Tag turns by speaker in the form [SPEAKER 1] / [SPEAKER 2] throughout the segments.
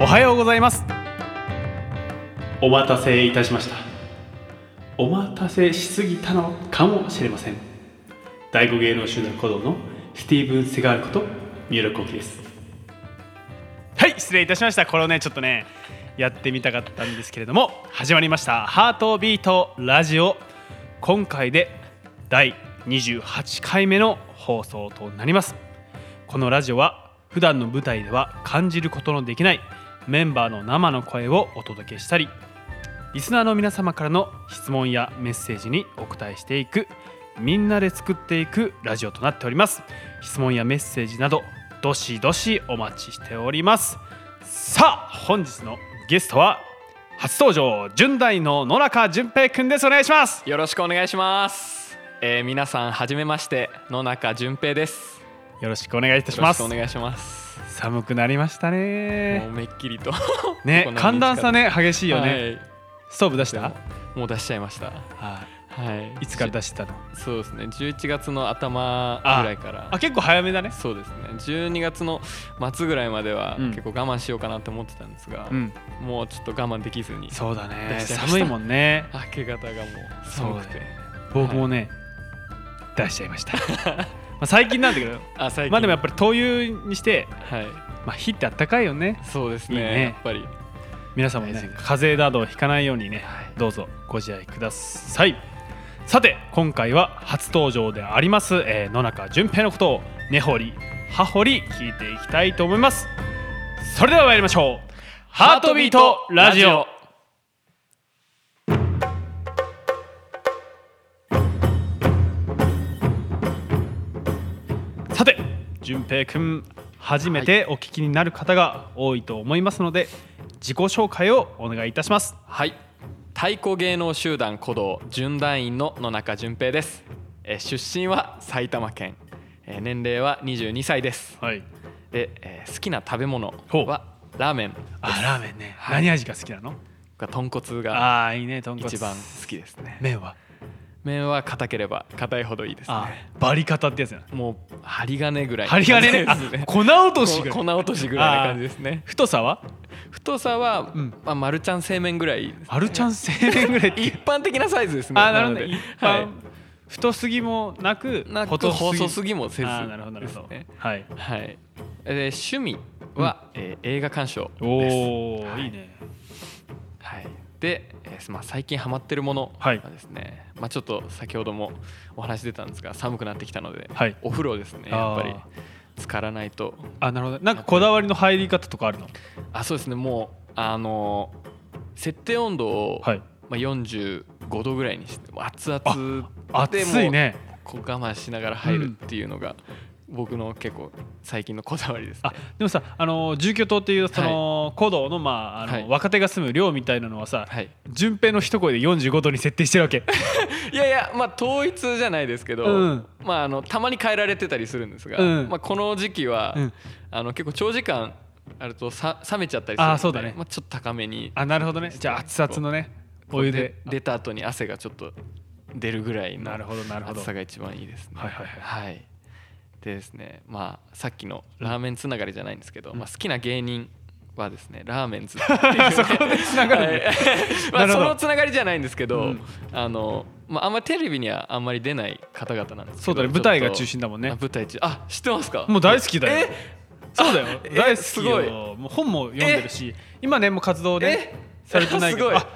[SPEAKER 1] おはようございます
[SPEAKER 2] お待たせいたしましたお待たせしすぎたのかもしれません第五芸能集団鼓動のスティーブン・セガールこと三浦幸喜です
[SPEAKER 1] はい失礼いたしましたこれをねちょっとねやってみたかったんですけれども始まりました「ハートビートラジオ」今回で第28回目の放送となりますこのラジオは普段の舞台では感じることのできないメンバーの生の声をお届けしたりリスナーの皆様からの質問やメッセージにお答えしていくみんなで作っていくラジオとなっております質問やメッセージなどどしどしお待ちしておりますさあ本日のゲストは初登場純大の野中淳平くんですお願いします
[SPEAKER 3] よろしくお願いします。えー、皆さんはじめまして野中純平です。
[SPEAKER 1] よろしくお願いいたし
[SPEAKER 3] よろ
[SPEAKER 1] ま
[SPEAKER 3] し
[SPEAKER 1] す
[SPEAKER 3] くお願いします。
[SPEAKER 1] 寒くなりました
[SPEAKER 3] もう
[SPEAKER 1] ね
[SPEAKER 3] めっきりと
[SPEAKER 1] ね
[SPEAKER 3] こんな
[SPEAKER 1] 寒
[SPEAKER 3] 短時間で
[SPEAKER 1] 暖差ね激しいよね、
[SPEAKER 3] はい
[SPEAKER 1] ストーブ出したは
[SPEAKER 3] もう出しちゃいました。はい。
[SPEAKER 1] いいつから
[SPEAKER 3] じ
[SPEAKER 1] 出してたの
[SPEAKER 3] そうですね。11月の頭ぐ
[SPEAKER 1] あ
[SPEAKER 3] らいから
[SPEAKER 1] あ。結構早めだね
[SPEAKER 3] そうですね12月の末ぐらいまでは
[SPEAKER 1] うん
[SPEAKER 3] 結構我慢しようかなと思ってたんですが、
[SPEAKER 1] うん
[SPEAKER 3] もうちょっと我慢できずに
[SPEAKER 1] そうだね
[SPEAKER 3] 出しちゃいました
[SPEAKER 1] 寒いもんね
[SPEAKER 3] 明け方がもう寒く
[SPEAKER 1] そうだ
[SPEAKER 3] て
[SPEAKER 1] ね 僕もね、出しちゃいましたまあ 最近なんだけど
[SPEAKER 3] あ最近
[SPEAKER 1] まあでもやっぱり灯油にして、
[SPEAKER 3] はい
[SPEAKER 1] まあ、火ってあったかいよね
[SPEAKER 3] そうです
[SPEAKER 1] いい
[SPEAKER 3] ね
[SPEAKER 1] ね
[SPEAKER 3] やっぱり
[SPEAKER 1] 皆さんも
[SPEAKER 3] 大
[SPEAKER 1] ね
[SPEAKER 3] 事です
[SPEAKER 1] 風邪などをひかないようにね
[SPEAKER 3] はい
[SPEAKER 1] どうぞご自愛くださいさて今回は初登場であります、えー野中淳平のことを根掘り葉掘り聞いていきたいと思いますそれでは参りましょうハートビートラジオさて淳平くん初めてお聞きになる方が多いと思いますので自己紹介をお願いいたします
[SPEAKER 3] はい太鼓芸能集団鼓動準団員の野中純平です、えー出身は埼玉県、えー年齢は22歳です
[SPEAKER 1] はい
[SPEAKER 3] で、えー好きな食べ物
[SPEAKER 1] ほう
[SPEAKER 3] はラーメンです
[SPEAKER 1] あラーメンね、
[SPEAKER 3] はい
[SPEAKER 1] 何味が好きなの
[SPEAKER 3] が豚骨が
[SPEAKER 1] ああいいね豚骨
[SPEAKER 3] 一番好きですね
[SPEAKER 1] 麺は
[SPEAKER 3] 麺は硬ければ硬いほどいいです
[SPEAKER 1] あ
[SPEAKER 3] ね
[SPEAKER 1] ーバリカタってやつやな
[SPEAKER 3] もう針金ぐらい
[SPEAKER 1] 針金ね
[SPEAKER 3] ですね
[SPEAKER 1] あ粉落としぐら
[SPEAKER 3] こ
[SPEAKER 1] い
[SPEAKER 3] 粉落としぐらいな感じですね
[SPEAKER 1] 太さは
[SPEAKER 3] 太さは、
[SPEAKER 1] うん
[SPEAKER 3] まあ、マルちゃん製麺ぐらいですね
[SPEAKER 1] アルちゃん製麺ぐらいってい
[SPEAKER 3] 一
[SPEAKER 1] う
[SPEAKER 3] 般的なサイズですね
[SPEAKER 1] あーなるほど
[SPEAKER 3] の
[SPEAKER 1] ね
[SPEAKER 3] で
[SPEAKER 1] 一
[SPEAKER 3] は
[SPEAKER 1] 般
[SPEAKER 3] い
[SPEAKER 1] 太すぎもなく
[SPEAKER 3] なく細す
[SPEAKER 1] ぎ
[SPEAKER 3] ぎもせず
[SPEAKER 1] あーなるほどなるほど
[SPEAKER 3] ですね
[SPEAKER 1] はい
[SPEAKER 3] はい、えー趣味は、えー映画鑑賞
[SPEAKER 1] お
[SPEAKER 3] です、
[SPEAKER 1] おー、、
[SPEAKER 3] はいい
[SPEAKER 1] いね
[SPEAKER 3] はい、で、えーまあ、最近ハマってるもの
[SPEAKER 1] はい
[SPEAKER 3] はですね、まあ、ちょっと先ほどもお話出たんですが寒くなってきたので、
[SPEAKER 1] はい
[SPEAKER 3] お風呂ですね
[SPEAKER 1] あー
[SPEAKER 3] やっぱり浸からないと
[SPEAKER 1] あなるほどなんかこだわりの入り方とかあるの
[SPEAKER 3] あそうですねもうあのー設定温度を、
[SPEAKER 1] はい
[SPEAKER 3] まあ、45度ぐらいにして熱々で
[SPEAKER 1] 暑いね
[SPEAKER 3] もうこう我慢しながら入るっていうのが、僕の結構最近のこだわりですね
[SPEAKER 1] あでもさあのー住居棟っていうその古道のまああのー
[SPEAKER 3] はい
[SPEAKER 1] 若手が住む寮みたいなのはさ
[SPEAKER 3] はい
[SPEAKER 1] 順平の一声で45度に設定してるわけ
[SPEAKER 3] いやいやまあ統一じゃないですけど、
[SPEAKER 1] うん
[SPEAKER 3] まああのたまに変えられてたりするんですが、
[SPEAKER 1] うん
[SPEAKER 3] まあこの時期は、
[SPEAKER 1] うん
[SPEAKER 3] あの結構長時間あるとさ冷めちゃったりするので
[SPEAKER 1] あーそうだね
[SPEAKER 3] まあちょっと高めに
[SPEAKER 1] あなるほどねじゃあ熱々のねお湯で
[SPEAKER 3] 出た後に汗がちょっと出るぐらいの
[SPEAKER 1] なるほどなるほど
[SPEAKER 3] 暑さが一番いいですね
[SPEAKER 1] はいはい
[SPEAKER 3] はい、でですねまあさっきのラーメンつながりじゃないんですけど、まあ好きな芸人はですねラーメンズってい う
[SPEAKER 1] そこでつながるね
[SPEAKER 3] はいま
[SPEAKER 1] な
[SPEAKER 3] あ
[SPEAKER 1] るほ
[SPEAKER 3] そ
[SPEAKER 1] ど
[SPEAKER 3] のつながりじゃないんですけど、
[SPEAKER 1] うん
[SPEAKER 3] あのまああんまりテレビにはあんまり出ない方々なんですけど
[SPEAKER 1] そうだね
[SPEAKER 3] ちょっと
[SPEAKER 1] 舞台が中心だもんね
[SPEAKER 3] あ舞台中あ知ってますか
[SPEAKER 1] もう大好きだよ
[SPEAKER 3] え
[SPEAKER 1] そうだよ
[SPEAKER 3] え
[SPEAKER 1] 大好
[SPEAKER 3] す
[SPEAKER 1] き
[SPEAKER 3] ごい
[SPEAKER 1] よもう本も読んでるし今ねもう活動ね
[SPEAKER 3] え
[SPEAKER 1] されてないけど
[SPEAKER 3] すごい
[SPEAKER 1] あ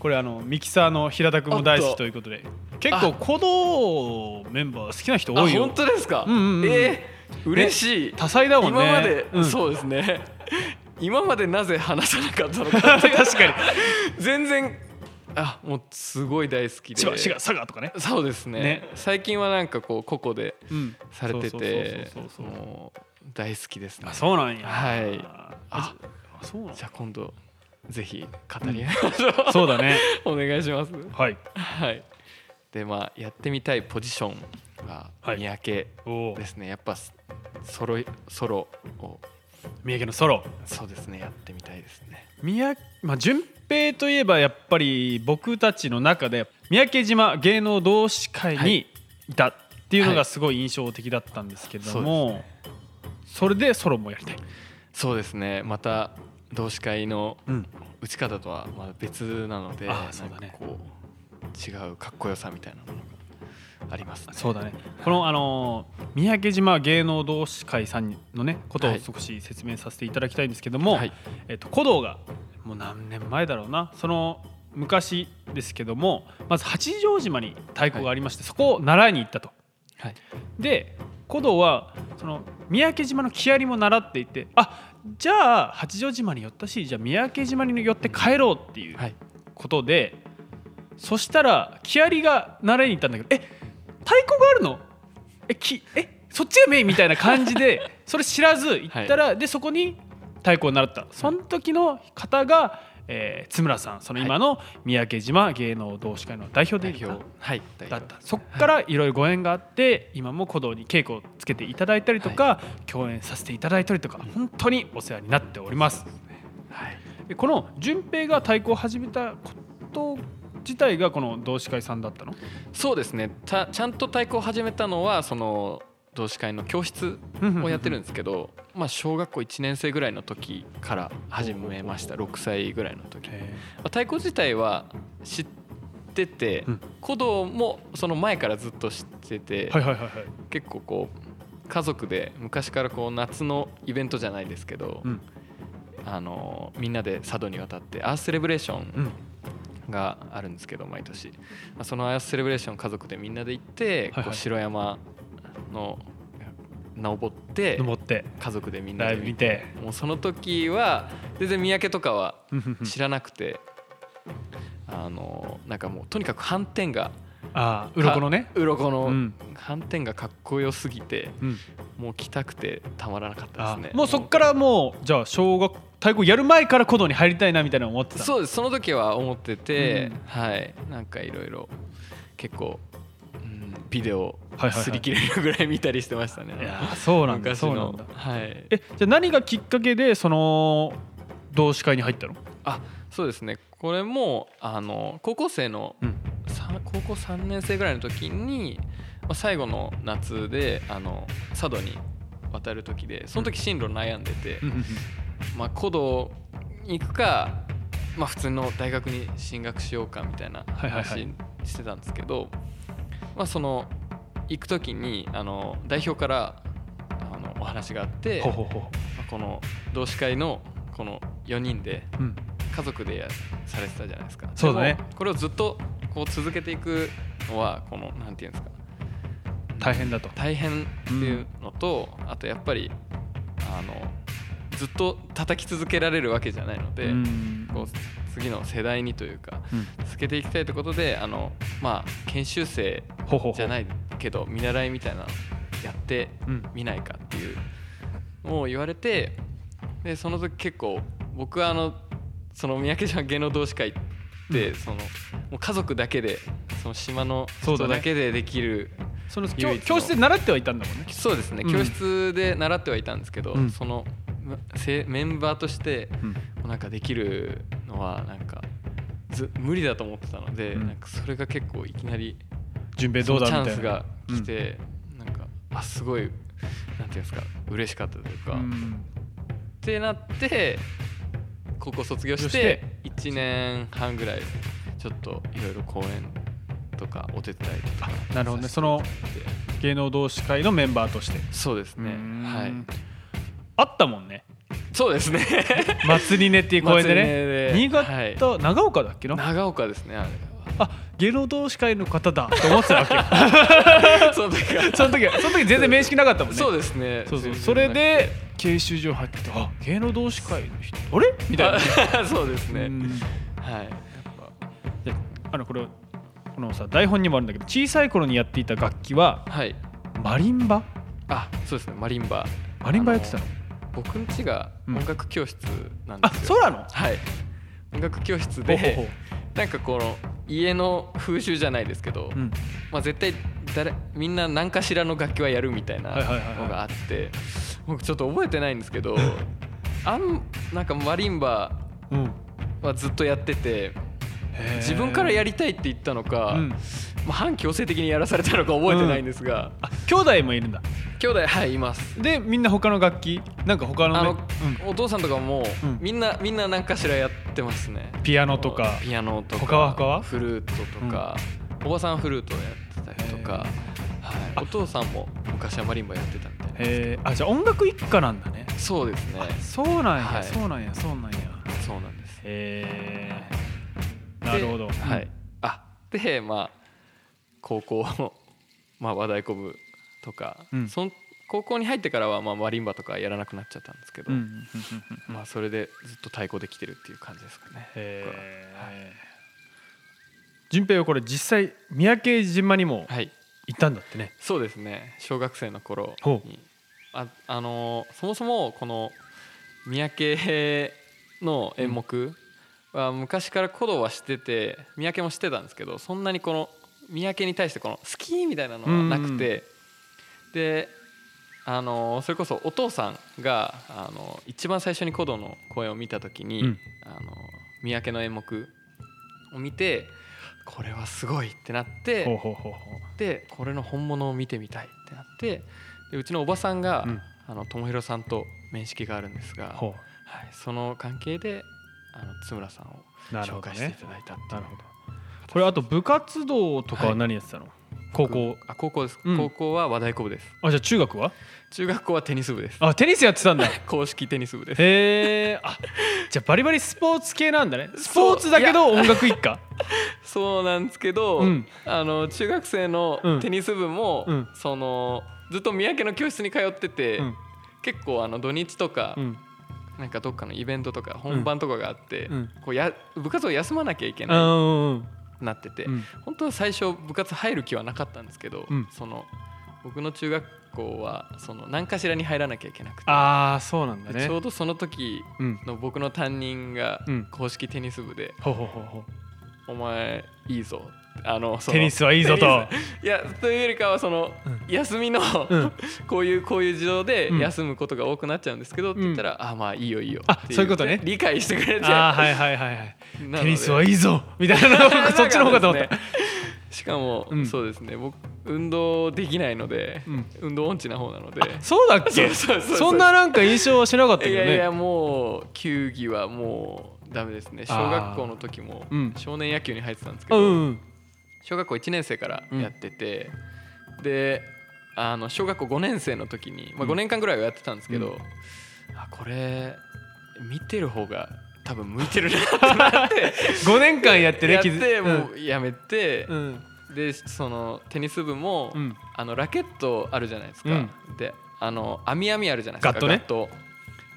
[SPEAKER 1] これあのミキサーの平田君も大好きということで結構
[SPEAKER 3] あ
[SPEAKER 1] 鼓動メンバー好きな人
[SPEAKER 3] あ
[SPEAKER 1] 多いよ
[SPEAKER 3] 本当ですか、
[SPEAKER 1] うんうんうん
[SPEAKER 3] えー嬉しい
[SPEAKER 1] 多彩だもんね
[SPEAKER 3] 今まで、
[SPEAKER 1] うん
[SPEAKER 3] そうですね 今までなぜ話さなかったのかってい う
[SPEAKER 1] 確かに
[SPEAKER 3] 全然あもうすごい大好きで
[SPEAKER 1] 千葉滋賀佐賀とかね
[SPEAKER 3] そうですね
[SPEAKER 1] ね
[SPEAKER 3] 最近はなんかこう個々で
[SPEAKER 1] うん
[SPEAKER 3] されてて
[SPEAKER 1] そうそうそうそうそう
[SPEAKER 3] もう大好きですね
[SPEAKER 1] あそうなんや
[SPEAKER 3] はい
[SPEAKER 1] あそうなん
[SPEAKER 3] じゃあ今度ぜひ語り合いましょう、
[SPEAKER 1] そうだね
[SPEAKER 3] お願いします
[SPEAKER 1] はい
[SPEAKER 3] はいでまあやってみたいポジションは
[SPEAKER 1] はい
[SPEAKER 3] 三宅
[SPEAKER 1] おお
[SPEAKER 3] ですねやっぱすソロいソロを
[SPEAKER 1] 三宅のソロ
[SPEAKER 3] そうですねやってみたいですね
[SPEAKER 1] 三宅まあ順平といえばやっぱり僕たちの中で三宅島芸能同志会
[SPEAKER 3] はい
[SPEAKER 1] にいたっていうの
[SPEAKER 3] は
[SPEAKER 1] が
[SPEAKER 3] い
[SPEAKER 1] すごい印象的だったんですけども、それでソロもやりたい
[SPEAKER 3] そうですねまた同志会の
[SPEAKER 1] うん
[SPEAKER 3] 打ち方とはまあ別なので、
[SPEAKER 1] あーそうだね
[SPEAKER 3] なんかこう違うかっこよさみたいなものがありますね。
[SPEAKER 1] そうだねこの、あのー三宅島芸能同志会さんのねこと
[SPEAKER 3] は
[SPEAKER 1] を
[SPEAKER 3] い
[SPEAKER 1] 少し説明させていただきたいんですけども、
[SPEAKER 3] はい
[SPEAKER 1] えっと、古道がもう何年前だろうなその昔ですけどもまず八丈島に太鼓がありまして、そこを習いに行ったと。
[SPEAKER 3] はい
[SPEAKER 1] で古道はその三宅島の木遣りも習っていてあじゃあ八丈島に寄ったしじゃあ三宅島に寄って帰ろうっていう
[SPEAKER 3] はい
[SPEAKER 1] ことで、そしたら木遣りが習いに行ったんだけどえ太鼓があるのえきえそっちがメインみたいな感じでそれ知らず行ったら、でそこに太鼓を習ったその時の方が、えー津村さんその今の三宅島芸能同志会の代表で
[SPEAKER 3] 代
[SPEAKER 1] いいのかな
[SPEAKER 3] 表はい代
[SPEAKER 1] だっ
[SPEAKER 3] 表
[SPEAKER 1] たそっからいろいろご縁があって今も鼓動に稽古をつけていただいたりとか、共演させていただいたりとか本当にお世話になっております
[SPEAKER 3] はい
[SPEAKER 1] でこの順平が太鼓を始めたこと自体がこの同志会さんだったの
[SPEAKER 3] そうですねたちゃんと太鼓を始めたのはその同志会の教室をやってるんですけど、まあ、小学校1年生ぐらいの時から始めました6歳ぐらいの時、ま
[SPEAKER 1] へ
[SPEAKER 3] あ、太鼓自体は知ってて
[SPEAKER 1] うん
[SPEAKER 3] 鼓動もその前からずっと知ってて、
[SPEAKER 1] ーはいはいはいはい
[SPEAKER 3] 結構こう家族で昔からこう夏のイベントじゃないですけど、
[SPEAKER 1] うん
[SPEAKER 3] あのみんなで佐渡に渡ってアースセレブレーション
[SPEAKER 1] うん
[SPEAKER 3] があるんですけど毎年まあそのアースセレブレーション家族でみんなで行って、
[SPEAKER 1] はいはい
[SPEAKER 3] こう城山の登って
[SPEAKER 1] 登って
[SPEAKER 3] 家族でみんな
[SPEAKER 1] ラ
[SPEAKER 3] で
[SPEAKER 1] イブ見て
[SPEAKER 3] もうその時は全然三宅とかは
[SPEAKER 1] うんうんうん
[SPEAKER 3] 知らなくて、あのなんかもうとにかく斑点が
[SPEAKER 1] ああ鱗のね
[SPEAKER 3] か鱗の、
[SPEAKER 1] うん
[SPEAKER 3] 斑点がかっこよすぎて
[SPEAKER 1] うん
[SPEAKER 3] もう来たくてたまらなかった
[SPEAKER 1] あ
[SPEAKER 3] ですね
[SPEAKER 1] もうそっからもうじゃあ小学太鼓やる前から鼓動に入りたいなみたいなの思ってたの
[SPEAKER 3] そうですその時は思ってて、
[SPEAKER 1] うん
[SPEAKER 3] はいなんかいろいろ結構、うん、ビデオ
[SPEAKER 1] はいはいはい
[SPEAKER 3] 擦り切れるぐらい見たりしてましたね、
[SPEAKER 1] いやーそうなんだ
[SPEAKER 3] 昔
[SPEAKER 1] そうな
[SPEAKER 3] の
[SPEAKER 1] んだ
[SPEAKER 3] はい
[SPEAKER 1] えじゃあ何がきっかけでその同志会に入ったの
[SPEAKER 3] あそうですねこれもあの高校生の、
[SPEAKER 1] うん
[SPEAKER 3] さ高校3年生ぐらいの時に、まあ、最後の夏であの佐渡に渡る時でその時進路悩んでて、まあ、古道に行くか、まあ、普通の大学に進学しようかみたいな
[SPEAKER 1] はいはいは
[SPEAKER 3] 話
[SPEAKER 1] い
[SPEAKER 3] してたんですけど、まあ、その行く時にあの代表からあのお話があって
[SPEAKER 1] ほうほうほう
[SPEAKER 3] まあこの同志会のこの4人で
[SPEAKER 1] うん
[SPEAKER 3] 家族でやされてたじゃないですか
[SPEAKER 1] そうだね
[SPEAKER 3] でもこれをずっとこう続けていくのはこのなんていうんですか
[SPEAKER 1] 大変だと
[SPEAKER 3] 大変っていうのと、あとやっぱりあのずっと叩き続けられるわけじゃないので、
[SPEAKER 1] うん
[SPEAKER 3] こう次の世代にというか
[SPEAKER 1] うん
[SPEAKER 3] 続けていきたいということであの、まあ、研修生
[SPEAKER 1] ほうほうほう
[SPEAKER 3] じゃないけど見習いみたいなのやって
[SPEAKER 1] うん
[SPEAKER 3] みないかっていうのを言われてでその時結構僕はあのその三宅島芸能同士会って、そのもう家族だけでその島の
[SPEAKER 1] そうだ
[SPEAKER 3] 人
[SPEAKER 1] ね
[SPEAKER 3] だけでできる
[SPEAKER 1] その
[SPEAKER 3] 唯
[SPEAKER 1] 教
[SPEAKER 3] 一の
[SPEAKER 1] 教室で習ってはいたんだもんね
[SPEAKER 3] そうですね
[SPEAKER 1] うん
[SPEAKER 3] 教室で習ってはいたんですけど、
[SPEAKER 1] うん
[SPEAKER 3] そのませメンバーとして
[SPEAKER 1] うん
[SPEAKER 3] なんかできるのはなんかず無理だと思ってたので、
[SPEAKER 1] うん
[SPEAKER 3] なんかそれが結構いきなり
[SPEAKER 1] 順平
[SPEAKER 3] そ
[SPEAKER 1] ど
[SPEAKER 3] の
[SPEAKER 1] うだみ
[SPEAKER 3] チャ
[SPEAKER 1] た
[SPEAKER 3] ン
[SPEAKER 1] い
[SPEAKER 3] ス
[SPEAKER 1] な
[SPEAKER 3] が来て、なんかあすごいなんていうんですか嬉しかったというか、
[SPEAKER 1] う
[SPEAKER 3] っ
[SPEAKER 1] ん
[SPEAKER 3] てなって高校卒業し
[SPEAKER 1] そしてて
[SPEAKER 3] 1年半ぐらいちょっといろいろ講演とかお手伝いとか
[SPEAKER 1] なるほどね
[SPEAKER 3] させて
[SPEAKER 1] そ
[SPEAKER 3] もら
[SPEAKER 1] の
[SPEAKER 3] って
[SPEAKER 1] 芸能同志会のメンバーとして
[SPEAKER 3] そうですね
[SPEAKER 1] うん
[SPEAKER 3] はい
[SPEAKER 1] あったもんね
[SPEAKER 3] そうで すね
[SPEAKER 1] 祭りねっていう公園でね
[SPEAKER 3] 祭り
[SPEAKER 1] 新
[SPEAKER 3] ではい
[SPEAKER 1] 潟長岡だっけな
[SPEAKER 3] 長岡ですねあれ
[SPEAKER 1] あ芸能同志会の方だと思ってたわけよ
[SPEAKER 3] はその時は
[SPEAKER 1] その時はその時全然面識なかったもんね
[SPEAKER 3] そうですね
[SPEAKER 1] そうそう
[SPEAKER 3] 全然
[SPEAKER 1] それで研修所入っててあ芸能同士会の人あれみたい
[SPEAKER 3] な
[SPEAKER 1] な
[SPEAKER 3] くて そうですね、
[SPEAKER 1] うん
[SPEAKER 3] はいやっ
[SPEAKER 1] であのこれこのさ台本にもあるんだけど小さい頃にやっていた楽器は
[SPEAKER 3] ぱはい
[SPEAKER 1] マリンバ
[SPEAKER 3] あそうですねマリンバ
[SPEAKER 1] マリンバやってたの
[SPEAKER 3] 僕ん家が
[SPEAKER 1] うん
[SPEAKER 3] 音楽教室なんで
[SPEAKER 1] あ
[SPEAKER 3] すよ、
[SPEAKER 1] そうなの
[SPEAKER 3] はい音楽教室
[SPEAKER 1] ほうほう
[SPEAKER 3] でなんかこの家の風習じゃないですけど、
[SPEAKER 1] ほううん
[SPEAKER 3] まあ、絶対誰みんな何かしらの楽器はやるみたいな
[SPEAKER 1] はいはいはいはい
[SPEAKER 3] のがあって僕ちょっと覚えてないんですけ どあんなんかマリンバ
[SPEAKER 1] うん
[SPEAKER 3] はずっとやってて
[SPEAKER 1] へー
[SPEAKER 3] 自分からやりたいって言ったのか、
[SPEAKER 1] うん
[SPEAKER 3] まあ、反強制的にやらされたのか覚えてないんですが、
[SPEAKER 1] あ兄弟もいるんだ
[SPEAKER 3] 兄弟はいいます
[SPEAKER 1] でみんな他の楽器なんか他の,、
[SPEAKER 3] あ
[SPEAKER 1] ね
[SPEAKER 3] の、お父さんとかも、
[SPEAKER 1] うん
[SPEAKER 3] みんなみんな何かしらやってますね
[SPEAKER 1] うんピアノとか
[SPEAKER 3] ピアノとか
[SPEAKER 1] 他は他は
[SPEAKER 3] フルートとか、おばさんフルートをやってたりとか、はい、お父さんも昔はマリンバやってたみたいです
[SPEAKER 1] えー、あじゃあ音楽一家なんだね
[SPEAKER 3] そうですね
[SPEAKER 1] そうなんや、
[SPEAKER 3] はい
[SPEAKER 1] そうなんやそうなんや
[SPEAKER 3] そうなんです
[SPEAKER 1] へえなるほど
[SPEAKER 3] ではいあでまあ高校の、まあ、和太鼓部とか、
[SPEAKER 1] うん
[SPEAKER 3] そん高校に入ってからは、まあ、マリンバとかやらなくなっちゃったんですけど、
[SPEAKER 1] うんうんうんうんうん
[SPEAKER 3] まあ、それでずっと太鼓できてるっていう感じですかね
[SPEAKER 1] え順平はこれ実際三宅島にも
[SPEAKER 3] はい
[SPEAKER 1] 行ったんだってね
[SPEAKER 3] そうですね小学生の頃
[SPEAKER 1] ほう
[SPEAKER 3] にああのーそもそもこの三宅の演目は昔から鼓動はしてて三宅もしてたんですけどそんなにこの三宅に対してこの好きみたいなのはなくてであのーそれこそお父さんがあのー一番最初に鼓動の公演を見た時に、
[SPEAKER 1] うん
[SPEAKER 3] あのー三宅の演目を見てこれはすごいってなって。
[SPEAKER 1] ほうほうほうほ
[SPEAKER 3] でこれの本物を見てみたいってなってでうちのおばさんが、
[SPEAKER 1] うん
[SPEAKER 3] あの友弘さんと面識があるんですが、
[SPEAKER 1] う
[SPEAKER 3] はい、
[SPEAKER 1] ほ
[SPEAKER 3] その関係であの津村さんを
[SPEAKER 1] うなる
[SPEAKER 3] 紹
[SPEAKER 1] ほど
[SPEAKER 3] 介してい
[SPEAKER 1] ね
[SPEAKER 3] ただいたっていう
[SPEAKER 1] なるほどこれあと部活動とかは何やってたの、高校
[SPEAKER 3] あ高校です、
[SPEAKER 1] うん
[SPEAKER 3] 高校は和太鼓部です
[SPEAKER 1] あじゃあ中学は
[SPEAKER 3] 中学校はテニス部です
[SPEAKER 1] あテニスやってたんだ
[SPEAKER 3] 公式テニス部です
[SPEAKER 1] へえあじゃあバリバリスポーツ系なんだねスポーツだけど音楽一家
[SPEAKER 3] そうなんですけど、
[SPEAKER 1] うん
[SPEAKER 3] あの中学生
[SPEAKER 1] う
[SPEAKER 3] の
[SPEAKER 1] ん
[SPEAKER 3] テニス部も、
[SPEAKER 1] うん
[SPEAKER 3] そのずっと三宅の教室に通ってて、
[SPEAKER 1] うん
[SPEAKER 3] 結構あの土日とか、
[SPEAKER 1] うん
[SPEAKER 3] なんかどっかのイベントとか本番とかがあって、
[SPEAKER 1] うん
[SPEAKER 3] こうや部活を休まなきゃいけ
[SPEAKER 1] あ
[SPEAKER 3] な
[SPEAKER 1] ーうん
[SPEAKER 3] いなってて、
[SPEAKER 1] うん
[SPEAKER 3] 本当は最初部活入る気はなかったんですけど、
[SPEAKER 1] うん
[SPEAKER 3] その僕の中学校はその何かしらに入らなきゃいけなくて、
[SPEAKER 1] あーそうなんだ
[SPEAKER 3] で
[SPEAKER 1] ね
[SPEAKER 3] ちょうどその時
[SPEAKER 1] うん
[SPEAKER 3] の僕の担任が
[SPEAKER 1] うん
[SPEAKER 3] 公式テニス部で
[SPEAKER 1] ほうほうほうほう
[SPEAKER 3] 「お前いいぞ」あのその
[SPEAKER 1] テニスはいいぞと
[SPEAKER 3] テニスいやというよりかはその、
[SPEAKER 1] うん
[SPEAKER 3] 休みの、
[SPEAKER 1] うん
[SPEAKER 3] こういうこういう事情で
[SPEAKER 1] うん
[SPEAKER 3] 休むことが多くなっちゃうんですけど、って言ったら「あまあいいよいいよ」
[SPEAKER 1] あ
[SPEAKER 3] って
[SPEAKER 1] そういうことね
[SPEAKER 3] 理解してくれて
[SPEAKER 1] あーはいはいはいはい
[SPEAKER 3] なので
[SPEAKER 1] テニスはいいぞみたいなのが そっちの方かと思っ
[SPEAKER 3] なん
[SPEAKER 1] た
[SPEAKER 3] かですねしかも、
[SPEAKER 1] うん
[SPEAKER 3] そうですね僕運動できないので、
[SPEAKER 1] うん
[SPEAKER 3] 運動音痴な方なので
[SPEAKER 1] そうだっけ
[SPEAKER 3] そうそうそうそう
[SPEAKER 1] そんななんか印象はしなかったけ
[SPEAKER 3] い
[SPEAKER 1] ど
[SPEAKER 3] やいや
[SPEAKER 1] ね
[SPEAKER 3] もう球技はもうダメですね
[SPEAKER 1] あ
[SPEAKER 3] 小
[SPEAKER 1] ー
[SPEAKER 3] 学校の時も
[SPEAKER 1] うん
[SPEAKER 3] 少年野球に入ってたんですけ
[SPEAKER 1] う
[SPEAKER 3] ど、
[SPEAKER 1] んうん
[SPEAKER 3] 小学校1年生からやってて、であの小学校5年生の時に、まあ、
[SPEAKER 1] うん
[SPEAKER 3] 5年間ぐらいはやってたんですけど、
[SPEAKER 1] うん
[SPEAKER 3] あこれ見てる方が多分向いてるなってなって
[SPEAKER 1] 5年間やってね
[SPEAKER 3] やっ
[SPEAKER 1] 気づ
[SPEAKER 3] てもうやめて、
[SPEAKER 1] うんうん
[SPEAKER 3] でそのテニス部も、
[SPEAKER 1] うん
[SPEAKER 3] あのラケットあるじゃないですか、であの網網あるじゃないですか
[SPEAKER 1] ガットね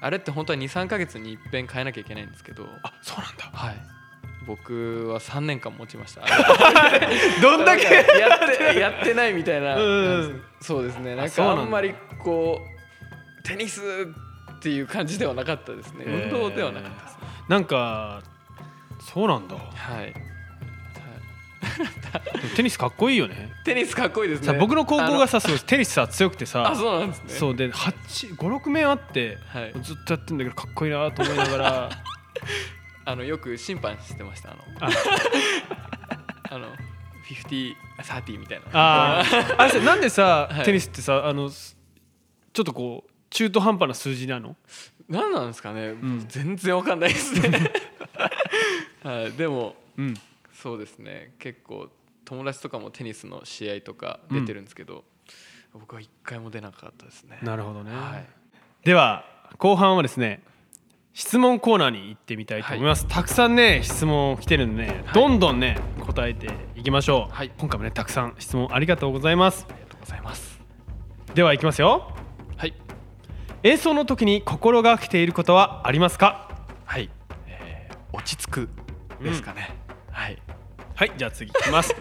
[SPEAKER 3] あれって本当は23か月に一遍変えなきゃいけないんですけど
[SPEAKER 1] あそうなんだ
[SPEAKER 3] はい僕は3年間持ちま した
[SPEAKER 1] どんだけ
[SPEAKER 3] なんかやってやってないみたいな、
[SPEAKER 1] うん
[SPEAKER 3] そうですねなん
[SPEAKER 1] あそう
[SPEAKER 3] か
[SPEAKER 1] な
[SPEAKER 3] あ
[SPEAKER 1] んだ
[SPEAKER 3] んまりこうテニスっていう感じではなかったですね運動ではなかったですね、
[SPEAKER 1] なんかそうなんだ
[SPEAKER 3] はいはい
[SPEAKER 1] でもテニスかっこいいよね
[SPEAKER 3] テニスかっこいいです
[SPEAKER 1] さ
[SPEAKER 3] ね
[SPEAKER 1] 僕の高校が
[SPEAKER 3] あ
[SPEAKER 1] さそうテニスさ強くて
[SPEAKER 3] のあ
[SPEAKER 1] さ
[SPEAKER 3] そうなんですね
[SPEAKER 1] そうで856面あって
[SPEAKER 3] はい
[SPEAKER 1] ずっとやってんだけどかっこいいなと思いなが ら
[SPEAKER 3] あのよく審判してましたあの
[SPEAKER 1] あ
[SPEAKER 3] あの5030みたいな
[SPEAKER 1] あーあれさなんでさ
[SPEAKER 3] はい
[SPEAKER 1] テニスってさあのすちょっとこう中途半端な数字なの
[SPEAKER 3] 何なんですかね、
[SPEAKER 1] ん
[SPEAKER 3] 全然わかんないですね はいでも
[SPEAKER 1] うん
[SPEAKER 3] そうですね結構友達とかもテニスの試合とか出てるんですけど、僕は一回も出なかったですね
[SPEAKER 1] なるほどね
[SPEAKER 3] はい
[SPEAKER 1] では後半はですね質問コーナーに行ってみたいと思います、たくさんね質問来てるんでね、
[SPEAKER 3] はい
[SPEAKER 1] どんどんね答えていきましょう、
[SPEAKER 3] はい
[SPEAKER 1] 今回もねたくさん質問ありがとうございます
[SPEAKER 3] ありがとうございます
[SPEAKER 1] ではいきますよ
[SPEAKER 3] はい
[SPEAKER 1] 演奏の時に心がけていることはありますか
[SPEAKER 3] はい、えー落ち着くですかね、はい、
[SPEAKER 1] はいじゃあ次いき ます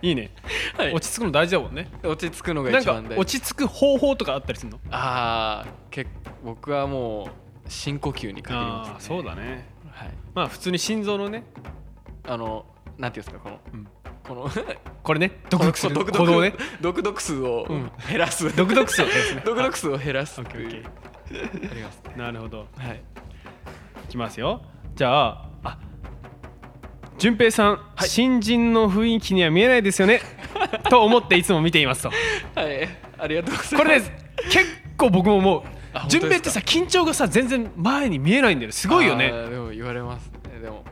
[SPEAKER 1] いいね、
[SPEAKER 3] はい、落
[SPEAKER 1] 落ち着くの大事だもんね
[SPEAKER 3] ち着くのが
[SPEAKER 1] なん
[SPEAKER 3] 一
[SPEAKER 1] か
[SPEAKER 3] 番大事
[SPEAKER 1] 落ち着く方法とかあったりするの
[SPEAKER 3] ああ結僕はもう深呼吸に限ります、
[SPEAKER 1] あ
[SPEAKER 3] ね、
[SPEAKER 1] あそうだね
[SPEAKER 3] はい
[SPEAKER 1] まあ普通に心臓のね、
[SPEAKER 3] あのなんていうんですかこの、
[SPEAKER 1] うん
[SPEAKER 3] この
[SPEAKER 1] これね独読する
[SPEAKER 3] この
[SPEAKER 1] 行動ね
[SPEAKER 3] 独読数を
[SPEAKER 1] うん
[SPEAKER 3] 減らす、
[SPEAKER 1] 独読数です ね
[SPEAKER 3] 独読数を減らす
[SPEAKER 1] オ
[SPEAKER 3] っ
[SPEAKER 1] ッケ
[SPEAKER 3] て
[SPEAKER 1] ーオッ
[SPEAKER 3] い
[SPEAKER 1] ケ
[SPEAKER 3] うありますね
[SPEAKER 1] ーなるほど
[SPEAKER 3] はい
[SPEAKER 1] いきますよじゃああ順平さん、 新人の雰囲気には見えないですよねと思っていつも見ていますと
[SPEAKER 3] はいありがとうございます
[SPEAKER 1] これね結構僕も思う
[SPEAKER 3] あ本当ですか
[SPEAKER 1] 順平ってさ緊張がさ全然前に見えないんだよねすごいよ
[SPEAKER 3] あ
[SPEAKER 1] ね
[SPEAKER 3] ーでも言われますねでも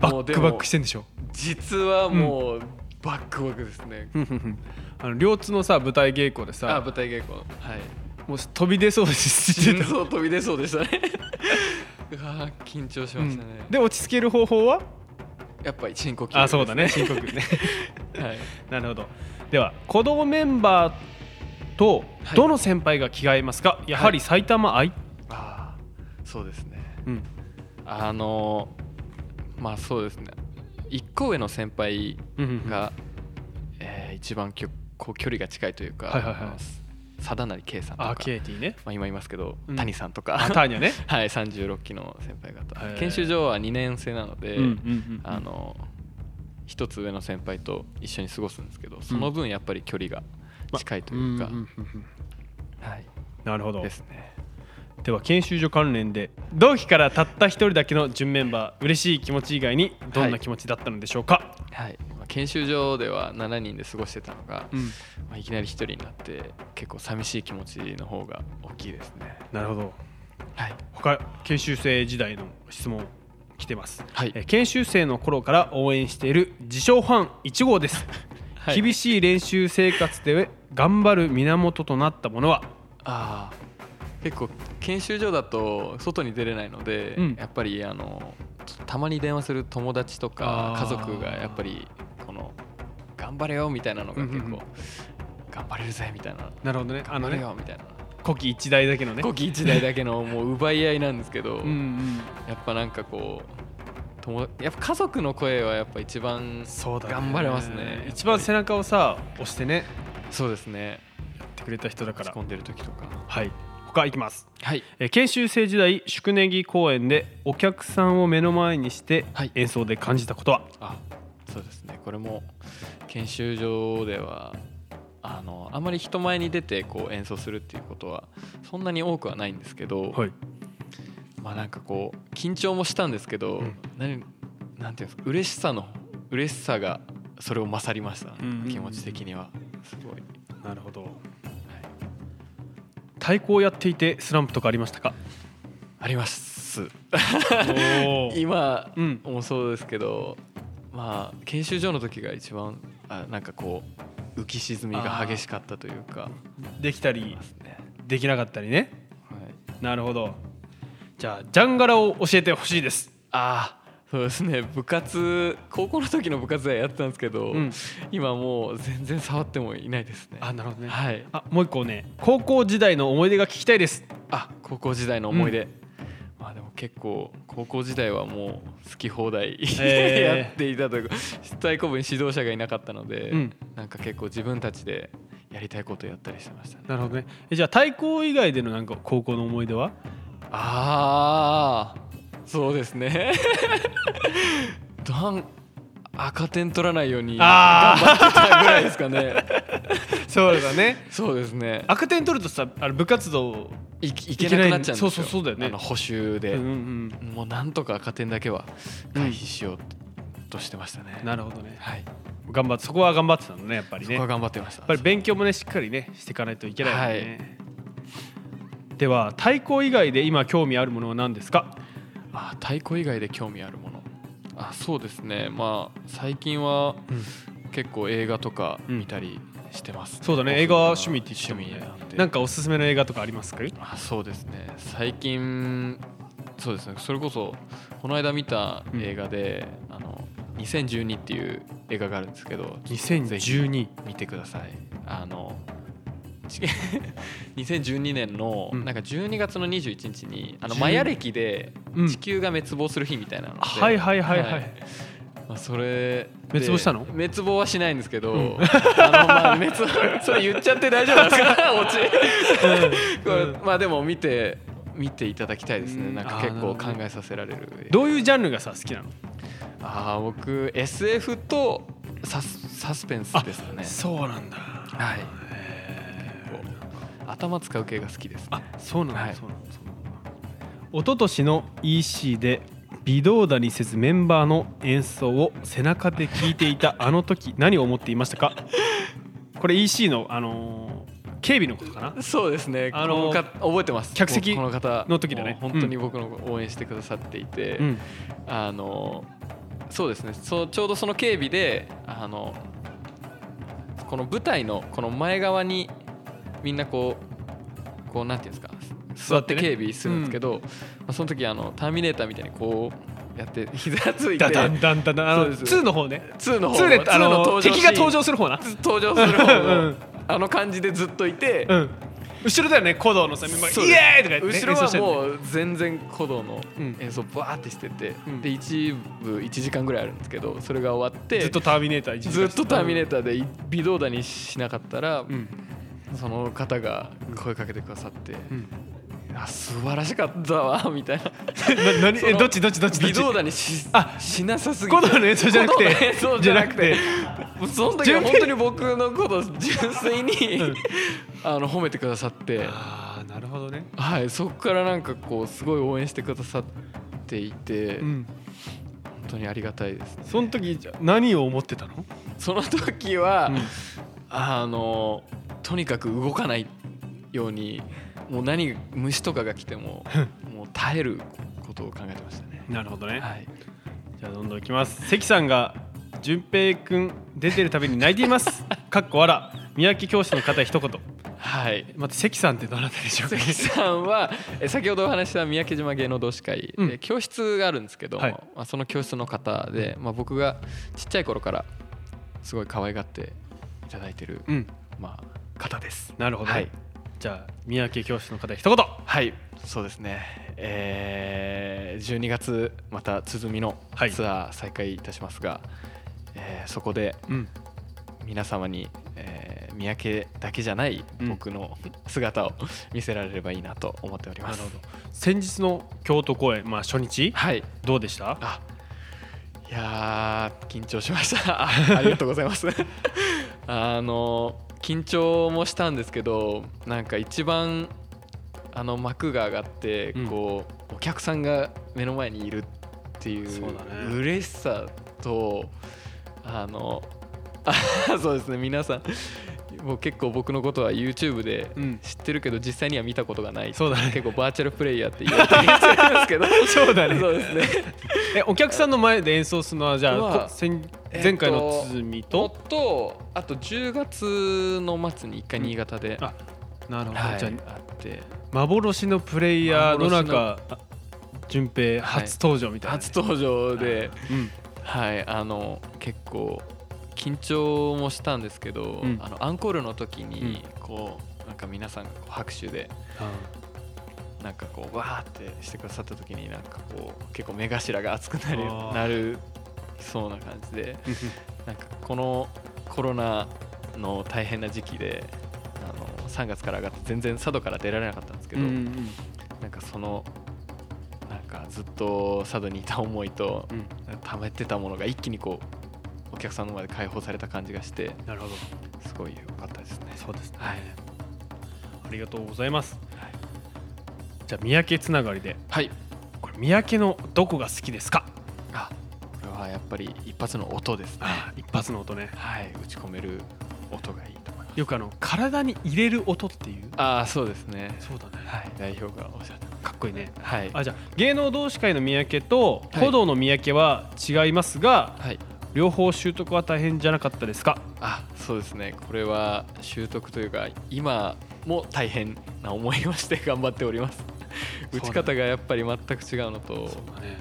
[SPEAKER 1] バ
[SPEAKER 3] もう
[SPEAKER 1] ッ
[SPEAKER 3] で
[SPEAKER 1] ク
[SPEAKER 3] も
[SPEAKER 1] バックしてんでしょ
[SPEAKER 3] 実はもう、バックバックですね
[SPEAKER 1] あの両津のさ舞台稽古で
[SPEAKER 3] あ
[SPEAKER 1] さ
[SPEAKER 3] 舞台稽古はい
[SPEAKER 1] もう飛び出そうでして
[SPEAKER 3] 心
[SPEAKER 1] た、
[SPEAKER 3] 臓飛び出そうでしたね うわー緊張しましたね、
[SPEAKER 1] うんで落ち着ける方法は
[SPEAKER 3] やっぱり深呼吸です
[SPEAKER 1] あそうだね深呼 吸ね
[SPEAKER 3] はい
[SPEAKER 1] なるほどでは鼓動メンバーと
[SPEAKER 3] はい
[SPEAKER 1] どの先輩が着替えますか、やはり埼玉愛、
[SPEAKER 3] ああそうですね
[SPEAKER 1] うん
[SPEAKER 3] あのーまあそうですね一個上の先輩
[SPEAKER 1] うんうんうん
[SPEAKER 3] が、えー一番きょこう距離が近いというか、
[SPEAKER 1] はいはいはい
[SPEAKER 3] あの貞成圭さんと
[SPEAKER 1] あ
[SPEAKER 3] か、
[SPEAKER 1] ケイティね
[SPEAKER 3] まあ、今いますけど、
[SPEAKER 1] うん
[SPEAKER 3] 谷さんとか
[SPEAKER 1] あターニャね
[SPEAKER 3] はい、36期の先輩
[SPEAKER 1] へ
[SPEAKER 3] 方
[SPEAKER 1] ー
[SPEAKER 3] 研修所は2年生なので、
[SPEAKER 1] うんうんうん
[SPEAKER 3] あの一つ上の先輩と一緒に過ごすんですけどその分やっぱり距離が近いというか、
[SPEAKER 1] んんうんうん
[SPEAKER 3] はい、
[SPEAKER 1] なるほど
[SPEAKER 3] ですね
[SPEAKER 1] では研修所関連で同期からたった一人だけの準メンバー嬉しい気持ち以外にどんな気持ちだったのでしょうか、
[SPEAKER 3] はいまあ研修所では7人で過ごしてたのが、
[SPEAKER 1] うん
[SPEAKER 3] まあ、いきなり一人になって結構寂しい気持ちの方が大きいですね
[SPEAKER 1] なるほど
[SPEAKER 3] はい
[SPEAKER 1] 他研修生時代の質問来てます、
[SPEAKER 3] はい
[SPEAKER 1] えー研修生の頃から応援している自称ファン1号です、
[SPEAKER 3] はい
[SPEAKER 1] 厳しい練習生活で頑張る源となったものは
[SPEAKER 3] ああ結構研修所だと外に出れないので、
[SPEAKER 1] うん
[SPEAKER 3] やっぱりあのたまに電話する友達とか
[SPEAKER 1] あー
[SPEAKER 3] 家族がやっぱりこの頑張れよみたいなのが結
[SPEAKER 1] う
[SPEAKER 3] 構、
[SPEAKER 1] んうんうん
[SPEAKER 3] 頑張れるぜみたいな
[SPEAKER 1] なるほどねあ
[SPEAKER 3] 頑
[SPEAKER 1] の
[SPEAKER 3] 張れ
[SPEAKER 1] ね
[SPEAKER 3] よみたいな
[SPEAKER 1] 古希一代だけのね
[SPEAKER 3] 古希一代だけのもう奪い合いなんですけど、
[SPEAKER 1] うんうん
[SPEAKER 3] やっぱなんかこう友やっぱ家族の声はやっぱ一番
[SPEAKER 1] そうだね
[SPEAKER 3] 頑張れますね
[SPEAKER 1] 一番背中をさ押してね
[SPEAKER 3] そうですね
[SPEAKER 1] やってくれた人だか
[SPEAKER 3] 落
[SPEAKER 1] ら
[SPEAKER 3] ち込んでる時とか
[SPEAKER 1] はい他いきます
[SPEAKER 3] はい
[SPEAKER 1] えー研修生時代宿根木公園でお客さんを目の前にして
[SPEAKER 3] はい
[SPEAKER 1] 演奏で感じたことは、
[SPEAKER 3] あそうですねこれも研修所ではあのあまり人前に出てこう演奏するっていうことはそんなに多くはないんですけど、
[SPEAKER 1] はい
[SPEAKER 3] まあなんかこう緊張もしたんですけど、
[SPEAKER 1] うん
[SPEAKER 3] 何なんていうんですか嬉しさの嬉しさがそれを勝りました、
[SPEAKER 1] うんうんうん
[SPEAKER 3] 気持ち的にはすごい
[SPEAKER 1] なるほど、太鼓をやっていてスランプとかありましたか
[SPEAKER 3] あります
[SPEAKER 1] おー
[SPEAKER 3] 今
[SPEAKER 1] うん
[SPEAKER 3] もそうですけどまあ研修所の時が一番あなんかこう浮き沈みが激しかったというか
[SPEAKER 1] できた
[SPEAKER 3] い
[SPEAKER 1] り
[SPEAKER 3] ますね
[SPEAKER 1] できなかったりね
[SPEAKER 3] はい
[SPEAKER 1] なるほどじゃあジャンガラを教えてほしいです
[SPEAKER 3] ああそうですね部活高校の時の部活はやってたんですけど、
[SPEAKER 1] うん
[SPEAKER 3] 今もう全然触ってもいないですね
[SPEAKER 1] あなるほどね
[SPEAKER 3] はい
[SPEAKER 1] あもう一個ね高校時代の思い出が聞きたいです
[SPEAKER 3] あ高校時代の思い出、まあでも結構高校時代はもう好き放題
[SPEAKER 1] えー
[SPEAKER 3] やっていたというか太鼓部に指導者がいなかったので、
[SPEAKER 1] うん
[SPEAKER 3] なんか結構自分たちでやりたいことやったりしてましたね
[SPEAKER 1] なるほどねえじゃあ太鼓以外でのなんか高校の思い出は
[SPEAKER 3] ああそうですね なん赤点取らないように頑
[SPEAKER 1] あー
[SPEAKER 3] 張ってたぐらいですかね
[SPEAKER 1] そうだね
[SPEAKER 3] そうですね
[SPEAKER 1] 悪点取るとさあの部活動
[SPEAKER 3] いいけな
[SPEAKER 1] いけな
[SPEAKER 3] くなっちゃうんですよ
[SPEAKER 1] いそうそうそうだよね
[SPEAKER 3] あの補修で、
[SPEAKER 1] うんうん
[SPEAKER 3] もうなんとか加点だけは回避しようとしてましたね、
[SPEAKER 1] なるほどね
[SPEAKER 3] はい
[SPEAKER 1] 頑張ってそこは頑張ってたのねやっぱり
[SPEAKER 3] そ
[SPEAKER 1] ね
[SPEAKER 3] こ
[SPEAKER 1] や
[SPEAKER 3] は
[SPEAKER 1] っ
[SPEAKER 3] 頑張ってました
[SPEAKER 1] ぱり勉強もねしっかりねしていかないといけないもんね、では太鼓以外で今興味あるものは何ですか
[SPEAKER 3] あ太鼓以外で興味あるものあそうですねまあ最近は
[SPEAKER 1] うん
[SPEAKER 3] 結構映画とか見たりしてます、
[SPEAKER 1] そうだね映画趣味って言ってたもんね
[SPEAKER 3] 趣味なんで
[SPEAKER 1] なんかおすすめの映画とかありますか
[SPEAKER 3] あそうですね最近そうですねそれこそこの間見た映画で「あの2012」っていう映画があるんですけどぜひ
[SPEAKER 1] 2012
[SPEAKER 3] 見てくださいあの ち2012年の
[SPEAKER 1] うん
[SPEAKER 3] なんか12月の21日にあの
[SPEAKER 1] 10
[SPEAKER 3] マヤ歴で
[SPEAKER 1] うん
[SPEAKER 3] 地球が滅亡する日みたいなので、
[SPEAKER 1] はいはいはいはい、
[SPEAKER 3] まあ、それで
[SPEAKER 1] 滅亡したの
[SPEAKER 3] 滅亡はしないんですけど、 あのまあ滅 亡それ言っちゃって大丈夫なんで すかオチこれまあでも見て見ていただきたいですね、
[SPEAKER 1] うん
[SPEAKER 3] なんか
[SPEAKER 1] あー
[SPEAKER 3] 結構
[SPEAKER 1] なる
[SPEAKER 3] 考
[SPEAKER 1] ほど
[SPEAKER 3] えさせられる
[SPEAKER 1] どういうジャンルがさ好きなの
[SPEAKER 3] ああ僕 SF とサスサスペンスですかね
[SPEAKER 1] そうなんだ
[SPEAKER 3] はい結構頭使う系が好きですね
[SPEAKER 1] あそうなんだ、
[SPEAKER 3] はい
[SPEAKER 1] そうなんだそうなんだ一昨年の EC で微動だにせずメンバーの演奏を背中で聴いていたあの時何を思っていましたかこれ EC のあの警備のことかな
[SPEAKER 3] そうですね、
[SPEAKER 1] あ
[SPEAKER 3] あ
[SPEAKER 1] の
[SPEAKER 3] のか覚えてます
[SPEAKER 1] 客席
[SPEAKER 3] この方
[SPEAKER 1] の時だね
[SPEAKER 3] もう本当に僕の応援してくださっていて、
[SPEAKER 1] うん
[SPEAKER 3] あのそうですねそうちょうどその警備であのこの舞台のこの前側にみんなこうこうなんていうんですか
[SPEAKER 1] 座
[SPEAKER 3] 座
[SPEAKER 1] っ
[SPEAKER 3] ってて
[SPEAKER 1] ね
[SPEAKER 3] 警備するんですけど、まあ、その時あのターミネーターみたいにこうやって膝ついて
[SPEAKER 1] ダダンダンダンダンあの
[SPEAKER 3] そうです
[SPEAKER 1] 2の方ね
[SPEAKER 3] 2の方
[SPEAKER 1] 2であ
[SPEAKER 3] 2の
[SPEAKER 1] の
[SPEAKER 3] 登場シーン
[SPEAKER 1] 敵が登場する方な
[SPEAKER 3] 登場する方の、
[SPEAKER 1] うん
[SPEAKER 3] あの感じでずっといて、
[SPEAKER 1] うん後ろだよね鼓動のさメンバー
[SPEAKER 3] そ
[SPEAKER 1] が
[SPEAKER 3] う
[SPEAKER 1] イ
[SPEAKER 3] です
[SPEAKER 1] エーイとかやってね
[SPEAKER 3] 後ろ
[SPEAKER 1] 演奏した
[SPEAKER 3] は
[SPEAKER 1] りね
[SPEAKER 3] もう全然鼓動の
[SPEAKER 1] うん
[SPEAKER 3] 演奏バーってしてて、
[SPEAKER 1] うん
[SPEAKER 3] で一部1時間ぐらいあるんですけどそれが終わって
[SPEAKER 1] ずっとターミネーター一時
[SPEAKER 3] ず
[SPEAKER 1] 間
[SPEAKER 3] っとターミネーターで微動だにしなかったら、
[SPEAKER 1] うん
[SPEAKER 3] その方が声かけてくださって
[SPEAKER 1] う。ん
[SPEAKER 3] あ素晴らしかったわ みたいな
[SPEAKER 1] な何
[SPEAKER 3] そ
[SPEAKER 1] え
[SPEAKER 3] の
[SPEAKER 1] どっちどっちどっちどっ
[SPEAKER 3] 微
[SPEAKER 1] ち
[SPEAKER 3] 動だにし
[SPEAKER 1] あ
[SPEAKER 3] しなさすぎて
[SPEAKER 1] 鼓動の演奏じゃなく
[SPEAKER 3] 鼓動
[SPEAKER 1] て
[SPEAKER 3] の演奏じゃなくて
[SPEAKER 1] じ
[SPEAKER 3] その時は本当に僕のことを純粋に、 あの褒めてくださって
[SPEAKER 1] ああなるほどね
[SPEAKER 3] はい、そこからなんかこうすごい応援してくださっていて、
[SPEAKER 1] うん
[SPEAKER 3] 本当にありがたいです
[SPEAKER 1] その時何を思ってたの
[SPEAKER 3] その時は、
[SPEAKER 1] うん
[SPEAKER 3] あのとにかく動かないようにもう何虫とかが来 てももう耐えることを考えてましたね、
[SPEAKER 1] なるほどね
[SPEAKER 3] はい、
[SPEAKER 1] じゃあどんどんいきます関さんが淳平くん出てるたびに泣いています かっこあら三宅教師の方一言
[SPEAKER 3] はい
[SPEAKER 1] また関さんってどなたでしょうか
[SPEAKER 3] 関さんはえ先ほどお話しした三宅島芸能同士会、
[SPEAKER 1] うん
[SPEAKER 3] え教室があるんですけども、
[SPEAKER 1] はい
[SPEAKER 3] まあ、その教室の方で、まあ、僕がちっちゃい頃からすごい可愛がっていただいてる、
[SPEAKER 1] うん
[SPEAKER 3] まあ、方です。
[SPEAKER 1] なるほどね、
[SPEAKER 3] はい
[SPEAKER 1] じゃあ三宅教師の方一言
[SPEAKER 3] はい、そうですね。えー、12月また鼓の
[SPEAKER 1] はい
[SPEAKER 3] ツアー再開いたしますが、えーそこで
[SPEAKER 1] うん
[SPEAKER 3] 皆様に、えー、三宅だけじゃない
[SPEAKER 1] うん
[SPEAKER 3] 僕の姿を見せられればいいなと思っており
[SPEAKER 1] な
[SPEAKER 3] ま
[SPEAKER 1] る
[SPEAKER 3] す。
[SPEAKER 1] ほど先日の京都公演まあ初日
[SPEAKER 3] はい。
[SPEAKER 1] どうでした
[SPEAKER 3] あ、いやー緊張しました。あ ありがとうございます。 あの緊張もしたんですけど、なんか一番あの幕が上がって、
[SPEAKER 1] うん
[SPEAKER 3] こうお客さんが目の前にいるっていう
[SPEAKER 1] そうだね
[SPEAKER 3] 嬉しさと、あの あそうですね皆さん。もう結構僕のことは YouTube で
[SPEAKER 1] うん
[SPEAKER 3] 知ってるけど実際には見たことがない、
[SPEAKER 1] そうだね
[SPEAKER 3] 結構バーチャルプレイヤーって言われたりするんです けど
[SPEAKER 1] そうだね
[SPEAKER 3] そうですね
[SPEAKER 1] えお客さんの前で演奏するのはじゃあ
[SPEAKER 3] は
[SPEAKER 1] こ先
[SPEAKER 3] えっと
[SPEAKER 1] 前回の鼓
[SPEAKER 3] と
[SPEAKER 1] と、
[SPEAKER 3] とあと10月の末に一回新潟で、
[SPEAKER 1] あなるほど、
[SPEAKER 3] はい
[SPEAKER 1] じゃ
[SPEAKER 3] あって
[SPEAKER 1] あ幻のプレイヤーの
[SPEAKER 3] 幻の
[SPEAKER 1] 中淳平初登場みたいな、
[SPEAKER 3] 初登場で、
[SPEAKER 1] うん
[SPEAKER 3] はい、あの結構緊張もしたんですけど、
[SPEAKER 1] うん
[SPEAKER 3] あのアンコールの時にこうなんか皆さんがこう拍手で なんかこうわーってしてくださった時になんかこう結構目頭が熱くなる
[SPEAKER 1] あー
[SPEAKER 3] なるそうな感じでなんかこのコロナの大変な時期であの3月から上がって全然佐渡から出られなかったんですけ
[SPEAKER 1] うん
[SPEAKER 3] ど、
[SPEAKER 1] うん
[SPEAKER 3] なんかそのなんかずっと佐渡にいた思いと
[SPEAKER 1] うん
[SPEAKER 3] 溜めてたものが一気にこうお客さんの前で解放された感じがして
[SPEAKER 1] なるほど
[SPEAKER 3] すごい良かったですね。
[SPEAKER 1] そうですね、
[SPEAKER 3] はい
[SPEAKER 1] ありがとうございます、
[SPEAKER 3] はい
[SPEAKER 1] じゃあ三宅つながりで
[SPEAKER 3] はい
[SPEAKER 1] これ三宅のどこが好きですか
[SPEAKER 3] あこれはやっぱり一発の音ですね。
[SPEAKER 1] あー一発の音ね
[SPEAKER 3] はい打ち込める音がいいと思います。
[SPEAKER 1] よくあの体に入れる音っていう
[SPEAKER 3] ああそうですね。
[SPEAKER 1] そうだね
[SPEAKER 3] はい代表がおっしゃってま
[SPEAKER 1] かっこいいね
[SPEAKER 3] す。はい
[SPEAKER 1] あじゃあ芸能同士会の三宅と
[SPEAKER 3] はい
[SPEAKER 1] 歩道の三宅は違いますが、
[SPEAKER 3] はい
[SPEAKER 1] 両方習得は大変じゃなかったですか
[SPEAKER 3] あそうですねこれは習得というか今も大変な思いをして頑張っております
[SPEAKER 1] そうだね
[SPEAKER 3] 打ち方がやっぱり全く違うのと、
[SPEAKER 1] だね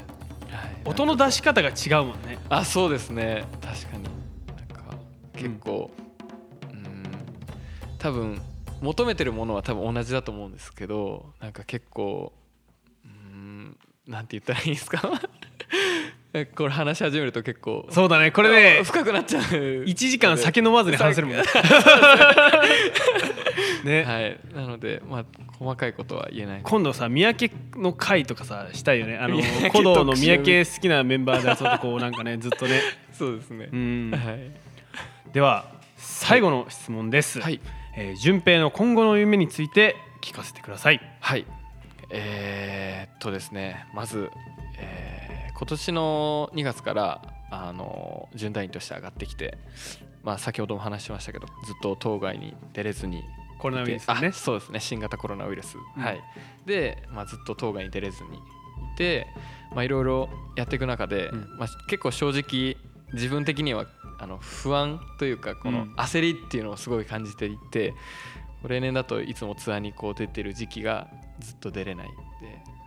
[SPEAKER 3] はい
[SPEAKER 1] 音の出し方が違うもんね
[SPEAKER 3] あそうですね確かになんか結構うん多分求めてるものは多分同じだと思うんですけどなんか結構うんなんて言ったらいいんですか これ話し始めると結構
[SPEAKER 1] そうだねこれ ね
[SPEAKER 3] 深くなっちゃう
[SPEAKER 1] 1時間酒飲まずに話せるもんね ね、
[SPEAKER 3] はい、なので、まあ、細かいことは言えない。
[SPEAKER 1] 今度さ三宅の会とかさしたいよねあの
[SPEAKER 3] 三宅
[SPEAKER 1] 古道の
[SPEAKER 3] 特集
[SPEAKER 1] 三宅好きなメンバーで遊んでこうなんかねずっとね
[SPEAKER 3] そうですね。
[SPEAKER 1] うん
[SPEAKER 3] はい。
[SPEAKER 1] では最後の質問です、
[SPEAKER 3] はい。
[SPEAKER 1] えー順平の今後の夢について聞かせてください
[SPEAKER 3] はい。えー、っとですね、まず、えー今年の2月から、あの、準団員として上がってきて。まあ、先ほども話しましたけど、ずっと当該に出れずに、
[SPEAKER 1] コロナウイルス
[SPEAKER 3] あ
[SPEAKER 1] ね
[SPEAKER 3] そうですね新型コロナウイルス、
[SPEAKER 1] ん
[SPEAKER 3] はいで、まあ、ずっと当該に出れずにいてまあいろいろやっていく中で、
[SPEAKER 1] うん
[SPEAKER 3] まあ、結構正直自分的にはあの不安というかこ
[SPEAKER 1] う
[SPEAKER 3] の
[SPEAKER 1] ん
[SPEAKER 3] 焦りっていうのをすごい感じていて、例年だといつもツアーにこう出てる時期がずっと出れないで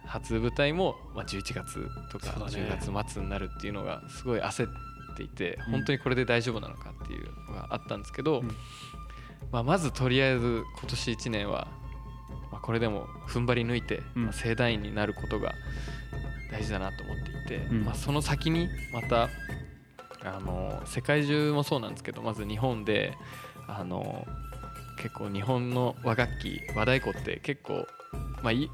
[SPEAKER 3] 初舞台もまあ11月とか
[SPEAKER 1] そうだね
[SPEAKER 3] 10月末になるっていうのがすごい焦っていて、
[SPEAKER 1] うん
[SPEAKER 3] 本当にこれで大丈夫なのかっていうのがあったんですけど、
[SPEAKER 1] うん
[SPEAKER 3] まあ、まずとりあえず今年1年は、まあ、これでも踏ん張り抜いて、
[SPEAKER 1] うん
[SPEAKER 3] まあ盛大になることが大事だなと思っていて、
[SPEAKER 1] うん
[SPEAKER 3] まあ、その先にまたあの世界中もそうなんですけどまず日本であの結構日本の和楽器和太鼓って結構、まあ、い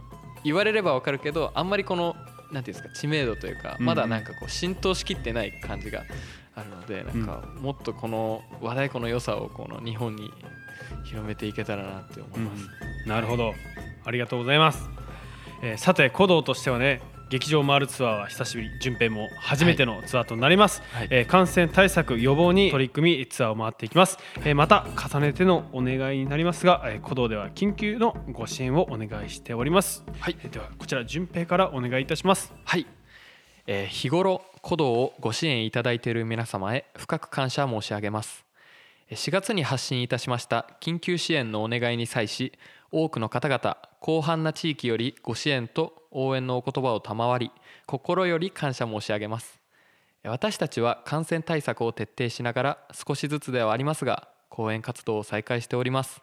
[SPEAKER 3] 言われればわかるけどあんまりこのなんていうんですか知名度というか
[SPEAKER 1] うん
[SPEAKER 3] まだなんかこう浸透しきってない感じがあるのでなんかもっとこの和太鼓の良さをこの日本に広めていけたらなって思います。
[SPEAKER 1] なるほどありがとうございます、えーさて鼓動としてはね劇場回るツアーは久しぶり順平も初めてのツアーとなります、
[SPEAKER 3] はい
[SPEAKER 1] えー感染対策予防に取り組みツアーを回っていきます、えーまた重ねてのお願いになりますが、えー、鼓動では緊急のご支援をお願いしております、
[SPEAKER 3] はい
[SPEAKER 1] えーではこちら順平からお願いいたします
[SPEAKER 3] はい、えー日頃鼓動をご支援いただいている皆様へ深く感謝申し上げますえー4月に発信いたしました緊急支援のお願いに際し多くの方々広範な地域よりご支援と応援のお言葉を賜り心より感謝申し上げますえー私たちは感染対策を徹底しながら少しずつではありますが講演活動を再開しております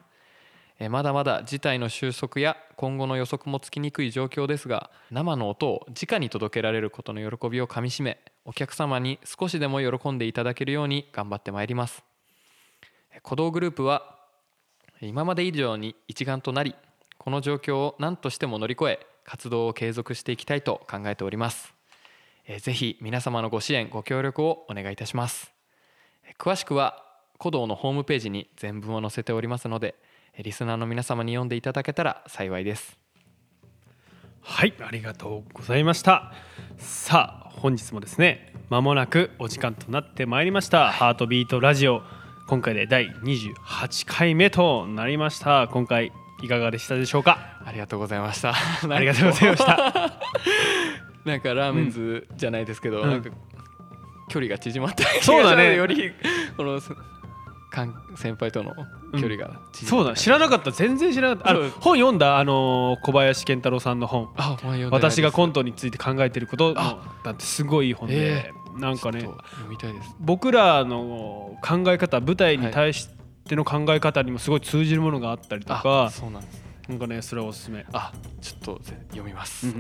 [SPEAKER 3] えーまだまだ事態の収束や今後の予測もつきにくい状況ですが生の音を直に届けられることの喜びをかみしめお客様に少しでも喜んでいただけるように頑張ってまいりますえー鼓動グループは今まで以上に一丸となりこの状況を何としても乗り越え活動を継続していきたいと考えておりますえーぜひ皆様のご支援ご協力をお願いいたしますえー詳しくは鼓動のホームページに全文を載せておりますのでえーリスナーの皆様に読んでいただけたら 幸いです
[SPEAKER 1] はいありがとうございましたさあ本日もですねまもなくお時間となってまいりました「ハートビートラジオ」今回で第28回目となりました今回いかがでしたでしょうか
[SPEAKER 3] ありがとうございました
[SPEAKER 1] ありがとうございました
[SPEAKER 3] なんかラーメンズじゃないですけど、
[SPEAKER 1] うん
[SPEAKER 3] なんか距離が縮まった
[SPEAKER 1] そうだね
[SPEAKER 3] よりこのすかん先輩との距離が
[SPEAKER 1] そう
[SPEAKER 3] 縮ま
[SPEAKER 1] だ
[SPEAKER 3] った、
[SPEAKER 1] 知らなかった全然知らなかったあの
[SPEAKER 3] そう
[SPEAKER 1] 本読んだあのー小林健太郎さんの本
[SPEAKER 3] あお前読んでないです
[SPEAKER 1] 私がコントについて考えてることのだってすごいいい本で
[SPEAKER 3] え
[SPEAKER 1] なんかね
[SPEAKER 3] ちょっと読みたいです
[SPEAKER 1] 僕らの考え方舞台に対しての考え方にもすごい通じるものがあったりとか、
[SPEAKER 3] あそうなんです
[SPEAKER 1] なんかねそれはおすすめ、
[SPEAKER 3] あちょっとぜ読みます、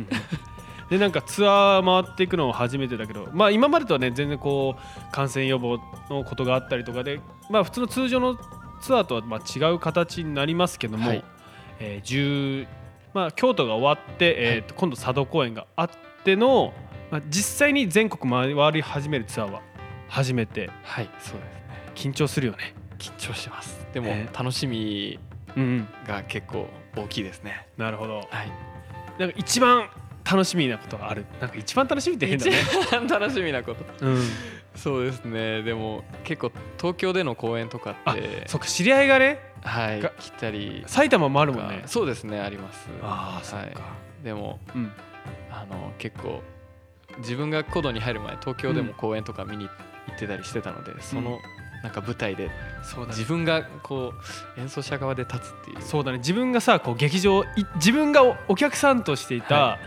[SPEAKER 1] でなんかツアー回っていくのは初めてだけどまあ今までとはね全然こう感染予防のことがあったりとかでまあ普通の通常のツアーとはまあ違う形になりますけども、
[SPEAKER 3] はい
[SPEAKER 1] えー10まあ、京都が終わって、えーと今度佐渡公演があっての、まあ、実際に全国回り始めるツアーは初めて
[SPEAKER 3] はいそうですね
[SPEAKER 1] 緊張するよね。
[SPEAKER 3] 緊張してますでも
[SPEAKER 1] え
[SPEAKER 3] 楽しみ
[SPEAKER 1] うんうん、
[SPEAKER 3] が結構大きいですね
[SPEAKER 1] なるほど
[SPEAKER 3] はい
[SPEAKER 1] なんか一番楽しみなことがあるなんか一番楽しみって変だね。
[SPEAKER 3] 一番楽しみなこと
[SPEAKER 1] うん
[SPEAKER 3] そうですねでも結構東京での公演とか
[SPEAKER 1] あ
[SPEAKER 3] って
[SPEAKER 1] そっか知り合いがね
[SPEAKER 3] はい
[SPEAKER 1] が
[SPEAKER 3] 来たり
[SPEAKER 1] 埼玉もある
[SPEAKER 3] と
[SPEAKER 1] もん
[SPEAKER 3] か
[SPEAKER 1] ね
[SPEAKER 3] そうですねあります
[SPEAKER 1] ああそ
[SPEAKER 3] は
[SPEAKER 1] っ
[SPEAKER 3] い
[SPEAKER 1] か、
[SPEAKER 3] でも
[SPEAKER 1] うん
[SPEAKER 3] あの結構自分がコドに入る前東京で
[SPEAKER 1] う
[SPEAKER 3] も
[SPEAKER 1] ん
[SPEAKER 3] 公演とか見に行ってたりしてたので、そのなんか舞台で
[SPEAKER 1] そうだね
[SPEAKER 3] 自分がこう演奏者側で立つっていう
[SPEAKER 1] そうだね自分がさこう劇場い自分がおお客さんとしていた、
[SPEAKER 3] は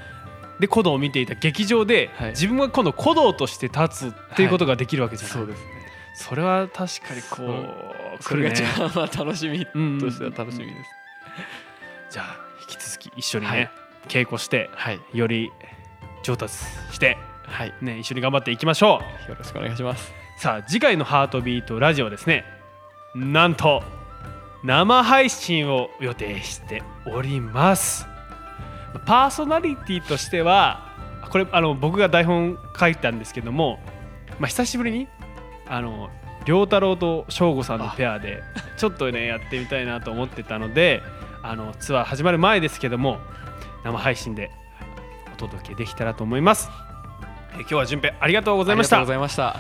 [SPEAKER 1] で古道を見ていた劇場で、
[SPEAKER 3] はい
[SPEAKER 1] 自分が今度古道として立つっていうことができるわけじゃない、
[SPEAKER 3] そうですね
[SPEAKER 1] それは確かにこう
[SPEAKER 3] それが
[SPEAKER 1] 来
[SPEAKER 3] 一
[SPEAKER 1] るね
[SPEAKER 3] 番まあ楽しみ
[SPEAKER 1] うんうん
[SPEAKER 3] としては楽しみです、
[SPEAKER 1] じゃあ引き続き一緒にね、
[SPEAKER 3] はい
[SPEAKER 1] 稽古して
[SPEAKER 3] はい
[SPEAKER 1] より上達して、
[SPEAKER 3] はいよ
[SPEAKER 1] ね、一緒に頑張っていきましょう
[SPEAKER 3] ろしくお願いします
[SPEAKER 1] さあ次回の「ハートビートラジオ」はですねなんと生配信を予定しておりますパーソナリティとしてはこれあの僕が台本書いたんですけども、まあ、久しぶりにあの良太郎と省吾さんのペアでちょっとねやってみたいなと思ってたのであのツアー始まる前ですけども生配信でお届けできたらと思います。えー今日は順平ありがとうございまし
[SPEAKER 3] あ
[SPEAKER 1] た
[SPEAKER 3] りがとうご。ざいました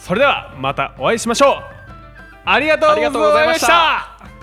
[SPEAKER 1] それではまたお会いしましょうありがとうございました